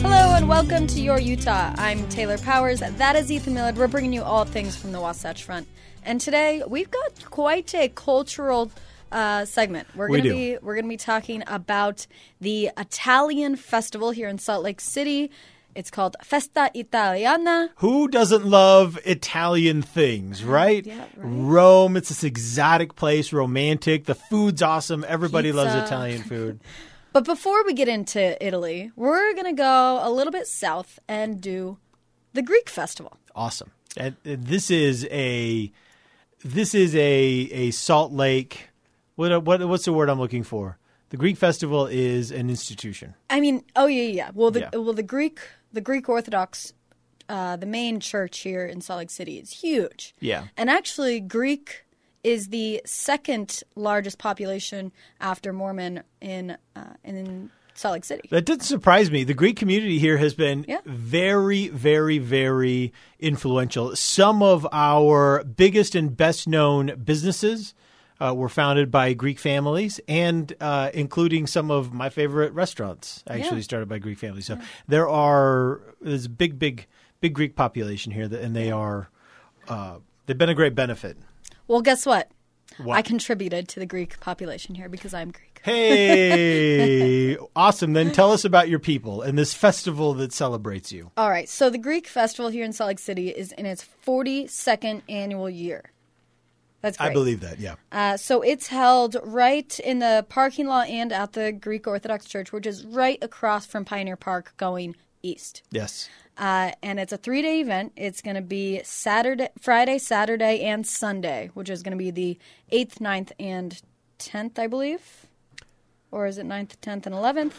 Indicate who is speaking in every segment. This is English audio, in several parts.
Speaker 1: Hello and welcome to Your Utah. I'm Taylor Powers. That is Ethan Millard. We're bringing you all things from the Wasatch Front. And today we've got quite a cultural uh, segment. We're
Speaker 2: We
Speaker 1: gonna
Speaker 2: do.
Speaker 1: be we're gonna be talking about the Italian festival here in Salt Lake City. It's called Festa Italiana.
Speaker 3: Who doesn't love Italian things, right?
Speaker 1: Yeah, right.
Speaker 3: Rome, it's this exotic place, romantic. The food's awesome. Everybody
Speaker 1: Pizza.
Speaker 3: loves Italian food.
Speaker 1: But before we get into Italy, we're gonna go a little bit south and do the Greek festival.
Speaker 3: awesome. And uh, this is a this is a a Salt Lake what what what's the word I'm looking for? The Greek festival is an institution.
Speaker 1: I mean, oh yeah, yeah, yeah. Well, the
Speaker 3: Yeah.
Speaker 1: well the Greek the Greek Orthodox, uh, the main church here in Salt Lake City is huge.
Speaker 3: Yeah.
Speaker 1: and actually, Greek is the second largest population after Mormon in uh, in Salt Lake City.
Speaker 3: That doesn't surprise me. The Greek community here has been
Speaker 1: Yeah.
Speaker 3: very, very, very influential. Some of our biggest and best known businesses uh, were founded by Greek families, and uh, including some of my favorite restaurants actually
Speaker 1: Yeah.
Speaker 3: started by Greek families. So there are there's a big, big, big Greek population here, that, and they are uh, they've been a great benefit.
Speaker 1: Well, guess what?
Speaker 3: What?
Speaker 1: I contributed to the Greek population here because I'm Greek.
Speaker 3: Hey, awesome! Then tell us about your people and this festival that celebrates you.
Speaker 1: All right, so the Greek festival here in Salt Lake City is in its 42nd annual year. That's great.
Speaker 3: I believe that. Yeah.
Speaker 1: Uh, so it's held right in the parking lot and at the Greek Orthodox Church, which is right across from Pioneer Park going east.
Speaker 3: Yes.
Speaker 1: Uh, and it's a three day event. It's going to be Saturday, Friday, Saturday, and Sunday, which is going to be the 8th, 9th, and 10th, I believe. Or is it 9th, 10th, and 11th?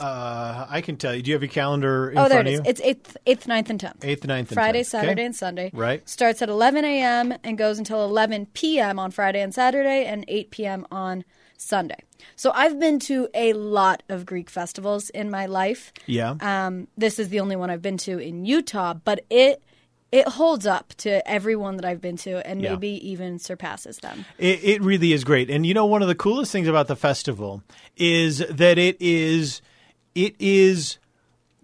Speaker 3: Uh, I can tell you. Do you have your calendar in
Speaker 1: oh, there
Speaker 3: front
Speaker 1: it is.
Speaker 3: of you?
Speaker 1: It's 8th, 8th, 9th, and 10th.
Speaker 3: 8th, 9th, and
Speaker 1: Friday,
Speaker 3: 10th.
Speaker 1: Saturday,
Speaker 3: Okay.
Speaker 1: and Sunday.
Speaker 3: Right.
Speaker 1: Starts at 11 a.m. and goes until 11 p.m. on Friday and Saturday and 8 p.m. on Sunday. So I've been to a lot of Greek festivals in my life.
Speaker 3: Yeah.
Speaker 1: Um, this is the only one I've been to in Utah, but it it holds up to everyone that I've been to and
Speaker 3: Yeah.
Speaker 1: maybe even surpasses them.
Speaker 3: It, it really is great. And you know, one of the coolest things about the festival is that it is it is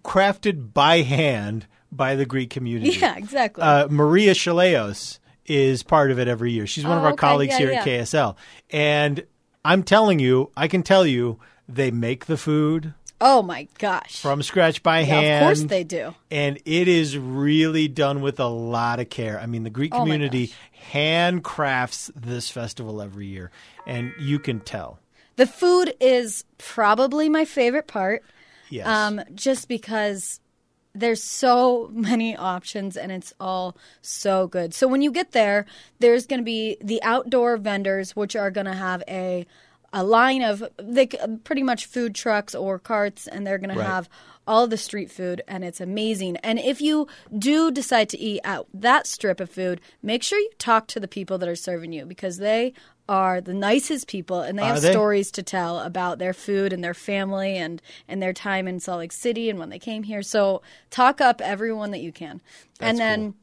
Speaker 3: crafted by hand by the Greek community.
Speaker 1: Yeah, exactly.
Speaker 3: Uh, Maria Chaleos is part of it every year. She's one of
Speaker 1: Oh,
Speaker 3: our
Speaker 1: okay.
Speaker 3: colleagues
Speaker 1: Yeah,
Speaker 3: here
Speaker 1: yeah.
Speaker 3: at KSL. And I'm telling you, I can tell you, they make the food
Speaker 1: oh my gosh.
Speaker 3: from scratch by
Speaker 1: yeah,
Speaker 3: hand.
Speaker 1: of course they do.
Speaker 3: and it is really done with a lot of care. I mean, the Greek
Speaker 1: Oh, my
Speaker 3: community handcrafts this festival every year, and you can tell.
Speaker 1: The food is probably my favorite part.
Speaker 3: Yes.
Speaker 1: Um, just because there's so many options and it's all so good. So when you get there, there's going to be the outdoor vendors, which are going to have a a line of they c- pretty much food trucks or carts, and they're going
Speaker 3: Right.
Speaker 1: to have all the street food, and it's amazing. And if you do decide to eat at that strip of food, make sure you talk to the people that are serving you because they are the nicest people, and they
Speaker 3: Are
Speaker 1: have
Speaker 3: they?
Speaker 1: stories stories to tell about their food and their family and and their time in Salt Lake City and when they came here. So talk up everyone that you can. and then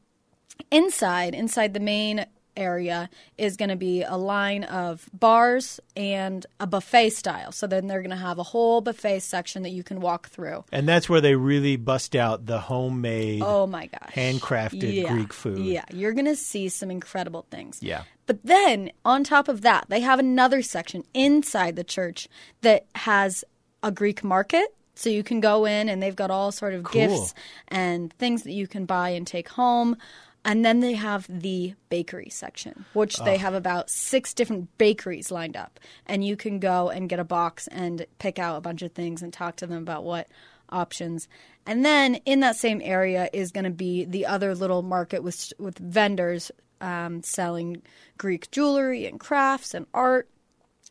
Speaker 1: inside, inside the main area is going to be a line of bars and a buffet style. So then they're going to have a whole buffet section that you can walk through.
Speaker 3: and that's where they really bust out the homemade.
Speaker 1: Oh my gosh.
Speaker 3: handcrafted
Speaker 1: Yeah.
Speaker 3: Greek food.
Speaker 1: Yeah, you're going to see some incredible things.
Speaker 3: Yeah.
Speaker 1: But then on top of that, they have another section inside the church that has a Greek market So you can go in and they've got all sort of gifts and things that you can buy and take home. And then they have the bakery section, which they have about six different bakeries lined up. And you can go and get a box and pick out a bunch of things and talk to them about what options. And then in that same area is going to be the other little market with, with vendors um, selling Greek jewelry and crafts and art.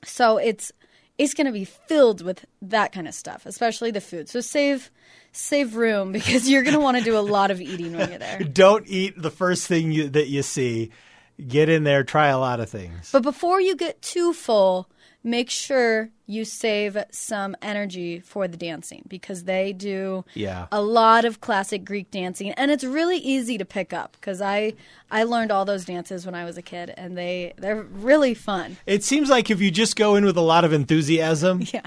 Speaker 1: So it's it's going to be filled with that kind of stuff, especially the food. So save save room because you're going to want to do a lot of eating when you're there.
Speaker 3: Don't eat the first thing you, that you see. Get in there, try a lot of things.
Speaker 1: But before you get too full, make sure you save some energy for the dancing because they do
Speaker 3: Yeah.
Speaker 1: a lot of classic Greek dancing and it's really easy to pick up because I I learned all those dances when I was a kid and they they're really fun.
Speaker 3: It seems like if you just go in with a lot of enthusiasm,
Speaker 1: Yeah.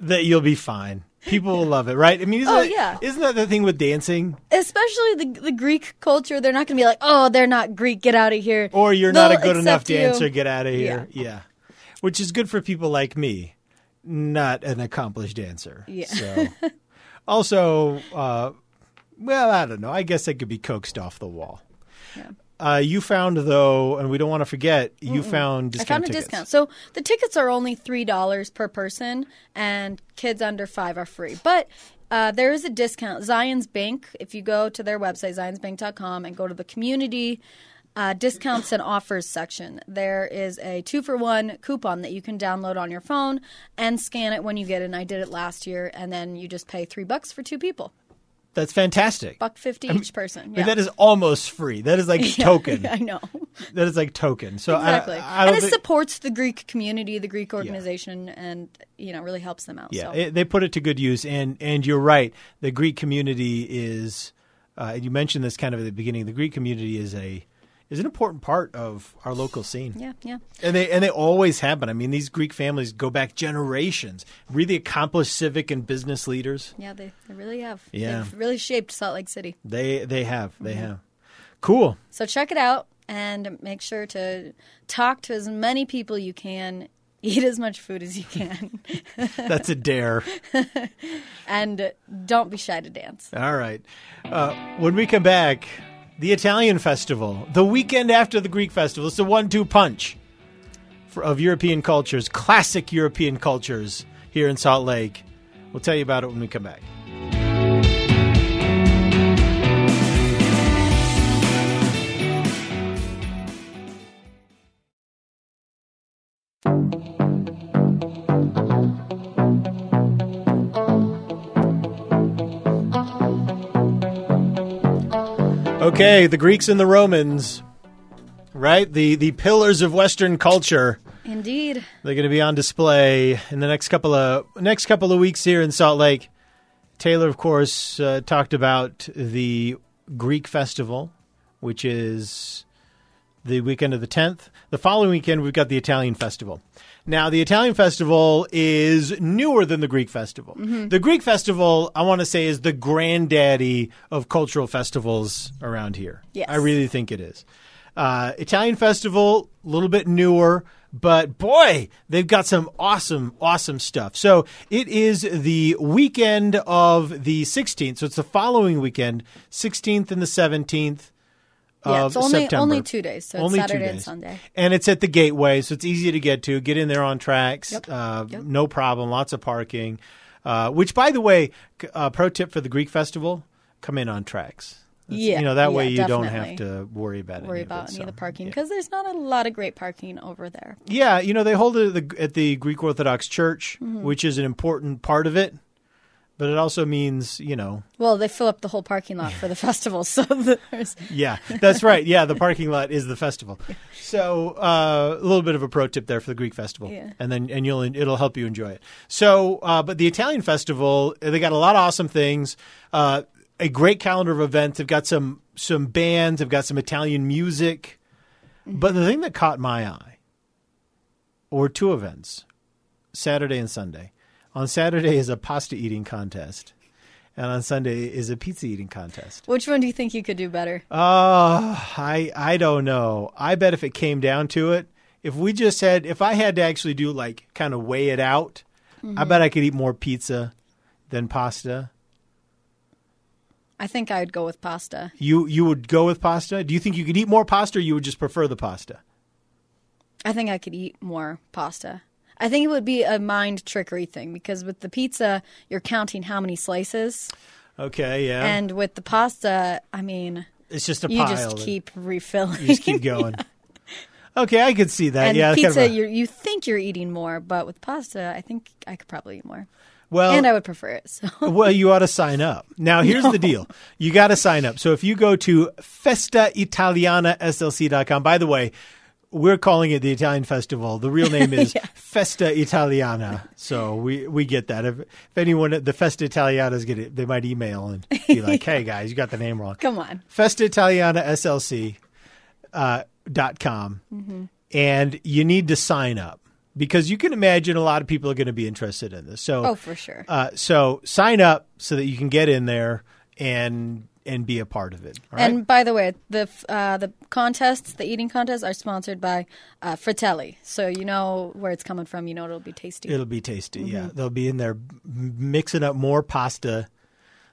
Speaker 3: that you'll be fine. People will love it, right? I mean, isn't,
Speaker 1: Oh,
Speaker 3: that,
Speaker 1: yeah.
Speaker 3: isn't that the thing with dancing?
Speaker 1: especially the the Greek culture, they're not going to be like, "Oh, they're not Greek, get out of here."
Speaker 3: Or you're not a
Speaker 1: They'll
Speaker 3: good enough
Speaker 1: accept you.
Speaker 3: dancer, get out of here. Yeah. Which is good for people like me, not an accomplished dancer. Yeah. So. also, uh, well, I don't know. I guess I could be coaxed off the wall. Uh, you found, though, and we don't want to forget, you found
Speaker 1: I
Speaker 3: discount
Speaker 1: found a
Speaker 3: tickets.
Speaker 1: discount. So the tickets are only three dollars per person, and kids under five are free. But uh, there is a discount. Zion's Bank. If you go to their website, zionsbank.com, and go to the community uh, discounts and offers section, there is a two for one coupon that you can download on your phone and scan it when you get in. I did it last year, and then you just pay three bucks for two people,
Speaker 3: That's fantastic.
Speaker 1: buck fifty each person.
Speaker 3: I mean,
Speaker 1: Yeah.
Speaker 3: That is almost free. That is like token.
Speaker 1: I know.
Speaker 3: That is like token. So I-
Speaker 1: Exactly.
Speaker 3: I, don't
Speaker 1: and it
Speaker 3: think-
Speaker 1: supports the Greek community, the Greek organization, and, you know, really helps them out.
Speaker 3: Yeah,
Speaker 1: so.
Speaker 3: it- they put it to good use, and and you're right. The Greek community is, uh, you mentioned this kind of at the beginning. The Greek community is a is an important part of our local scene.
Speaker 1: yeah, yeah.
Speaker 3: and they and they always have been. I mean, these Greek families go back generations. Really accomplished civic and business leaders.
Speaker 1: Yeah, they, they really have.
Speaker 3: Yeah.
Speaker 1: They've really shaped Salt Lake City. Mm-hmm.
Speaker 3: They they have they have. Cool.
Speaker 1: So check it out and make sure to talk to as many people you can, eat as much food as you can,
Speaker 3: That's a dare.
Speaker 1: and don't be shy to dance.
Speaker 3: All right. Uh, when we come back, the Italian festival, the weekend after the Greek festival, it's a one-two punch for, of European cultures, classic European cultures here in Salt Lake. We'll tell you about it when we come back. Okay, the Greeks and the Romans, right? The the pillars of Western culture.
Speaker 1: Indeed.
Speaker 3: They're going to be on display in the next couple of next couple of weeks here in Salt Lake. Taylor, of course, uh, talked about the Greek festival, which is the weekend of the tenth. The following weekend, we've got the Italian festival. Now, the Italian festival is newer than the Greek festival.
Speaker 1: Mm-hmm.
Speaker 3: The Greek festival, I want to say, is the granddaddy of cultural festivals around here.
Speaker 1: Yes.
Speaker 3: I really think it is. Uh, Italian festival, a little bit newer, but boy, they've got some awesome, awesome stuff. So it is the weekend of the 16th. So it's the following weekend, 16th and the 17th
Speaker 1: Yeah,
Speaker 3: of
Speaker 1: it's only,
Speaker 3: September.
Speaker 1: only two days. So
Speaker 3: Only two
Speaker 1: it's Saturday and
Speaker 3: days.
Speaker 1: Sunday.
Speaker 3: And it's at the gateway, so it's easy to get to. Get in there on tracks, Uh, no problem. Lots of parking. Uh, which, by the way, c- uh, pro tip for the Greek festival: come in on tracks. That's-
Speaker 1: Yeah,
Speaker 3: you know that
Speaker 1: yeah,
Speaker 3: way you don't have
Speaker 1: definitely.
Speaker 3: to worry about
Speaker 1: Worry
Speaker 3: any of
Speaker 1: about
Speaker 3: it,
Speaker 1: any
Speaker 3: so,
Speaker 1: of the parking
Speaker 3: yeah.
Speaker 1: because there's not a lot of great parking over there.
Speaker 3: Yeah, you know they hold it at the, at the Greek Orthodox Church,
Speaker 1: Mm-hmm.
Speaker 3: which is an important part of it, but it also means you know
Speaker 1: Well, they fill up the whole parking lot for the festival, so there's
Speaker 3: Yeah, that's right. Yeah, the parking lot is the festival. So uh, a little bit of a pro tip there for the Greek festival,
Speaker 1: Yeah.
Speaker 3: and then and you'll it'll help you enjoy it. So, uh, but the Italian festival, they got a lot of awesome things. Uh, a great calendar of events. They've got some some bands. They've got some Italian music. But the thing that caught my eye were two events, Saturday and Sunday. On Saturday is a pasta eating contest, and on Sunday is a pizza eating contest.
Speaker 1: Which one do you think you could do better?
Speaker 3: Uh, I I don't know. I bet if it came down to it, if we just
Speaker 1: Mm-hmm.
Speaker 3: had, if I had to actually do like kind of weigh it out, I bet I could eat more pizza
Speaker 1: than pasta?
Speaker 4: I think I'd go with pasta.
Speaker 1: You you would go with pasta? Do you think you could eat more pasta or you would just prefer the pasta?
Speaker 4: I think I could eat more pasta. I think it would be a mind trickery thing because with the pizza, you're counting how many slices,
Speaker 1: Okay, yeah.
Speaker 4: and with the pasta, I mean,
Speaker 1: it's just a
Speaker 4: you
Speaker 1: pile.
Speaker 4: just
Speaker 1: and
Speaker 4: keep refilling.
Speaker 1: you just keep going. Okay, I could see that.
Speaker 4: and
Speaker 1: yeah, it's
Speaker 4: pizza,
Speaker 1: kind of a-
Speaker 4: you you think you're eating more, but with pasta, I think I could probably eat more,
Speaker 1: well,
Speaker 4: and I would prefer it. So
Speaker 1: well, you ought to sign up. Now, here's the deal. You got to sign up. So if you go to festaitalianaslc.com, by the way, we're calling it the Italian Festival. The real name is Festa Italiana. So we, we get that. If, if anyone at the Festa Italianas get it, they might email and be like, hey, guys, you got the name wrong.
Speaker 4: come on,
Speaker 1: Festa Italiana SLC uh, dot com,
Speaker 4: Mm-hmm.
Speaker 1: and you need to sign up because you can imagine a lot of people are going to be interested in this. So,
Speaker 4: oh for sure.
Speaker 1: uh, so sign up so that you can get in there and and be a part of it. all right?
Speaker 4: And by the way, the f- uh, the contests, the eating contests, are sponsored by uh, Fratelli, so you know where it's coming from. You know it'll be tasty. Mm-hmm.
Speaker 1: It'll be tasty. Yeah, they'll be in there m- mixing up more pasta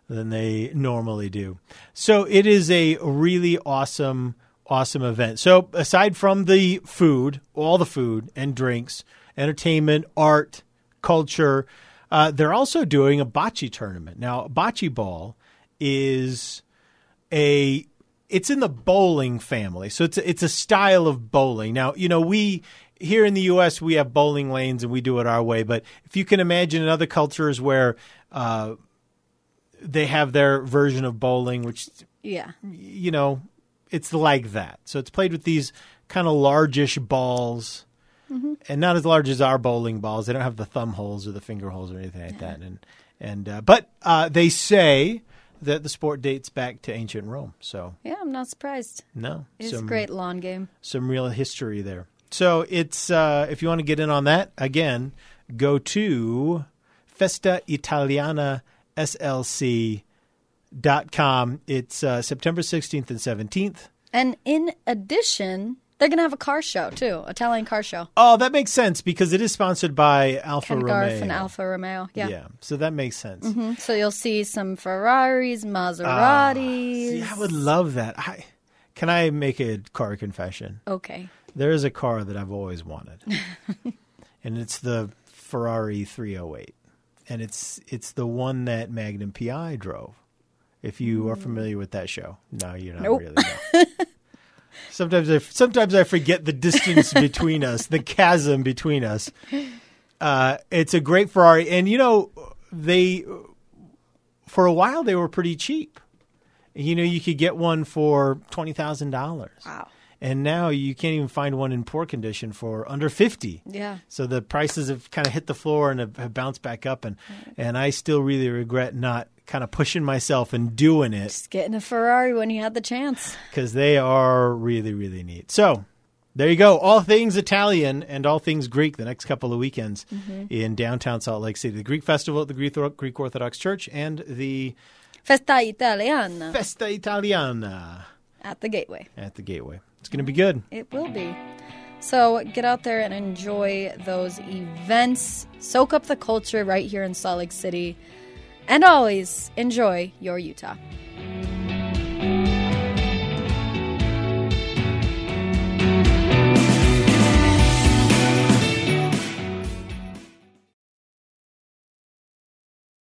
Speaker 1: than they normally do. So it is a really awesome, awesome event. So aside from the food, all the food and drinks, entertainment, art, culture, uh, they're also doing a bocce tournament now. Bocce ball is a it's in the bowling family. So it's a, it's a style of bowling. Now, you know, we here in the US we have bowling lanes and we do it our way, but if you can imagine in other cultures where uh, they have their version of bowling which
Speaker 4: yeah,
Speaker 1: you know, it's like that. So it's played with these kind of largish balls, and not as large as our bowling balls. They don't have the thumb holes or the finger holes or anything like that. And and uh, but uh, they say that the sport dates back to ancient Rome. So
Speaker 4: yeah, I'm not surprised.
Speaker 1: no,
Speaker 4: It's a
Speaker 1: some-
Speaker 4: great lawn game.
Speaker 1: some real history there. So it's uh, if you want to get in on that again, go to Festa Italiana SLC. Dot com. It's uh, September 16th and 17th.
Speaker 4: And in addition, they're gonna have a car show too, Italian car show.
Speaker 1: Oh, that makes sense because it is sponsored by Alfa
Speaker 4: Ken
Speaker 1: Romeo.
Speaker 4: Garf and Alfa Romeo. Yeah.
Speaker 1: so that makes sense.
Speaker 4: Mhm. So you'll see some Ferraris, Maseratis.
Speaker 1: See, I would love that. I can I make a car confession?
Speaker 4: okay.
Speaker 1: There is a car that I've always wanted, and it's the Ferrari 308, and it's it's the one that Magnum PI drove. If you are familiar with that show, no, you're not
Speaker 4: Mm. Nope.
Speaker 1: really. no. sometimes I sometimes I forget the distance between us, the chasm between us. Uh, it's a great Ferrari, and you know they for a while they were pretty cheap. You know, you could get one for twenty thousand dollars.
Speaker 4: Wow.
Speaker 1: And now you can't even find one in poor condition for under fifty.
Speaker 4: Yeah.
Speaker 1: So the prices have kind of hit the floor and have, have bounced back up, and and I still really regret not kind of pushing myself and doing it
Speaker 4: Just getting a Ferrari when you had the chance.
Speaker 1: because they are really really neat. So there you go, all things Italian and all things Greek. The next couple of weekends
Speaker 4: Mm-hmm.
Speaker 1: in downtown Salt Lake City, the Greek Festival at the Greek, Greek Orthodox Church and the
Speaker 4: Festa Italiana
Speaker 1: Festa Italiana
Speaker 4: at the Gateway.
Speaker 1: at the Gateway. It's going to be good.
Speaker 4: It will be. So get out there and enjoy those events. Soak up the culture right here in Salt Lake City. And always enjoy your Utah.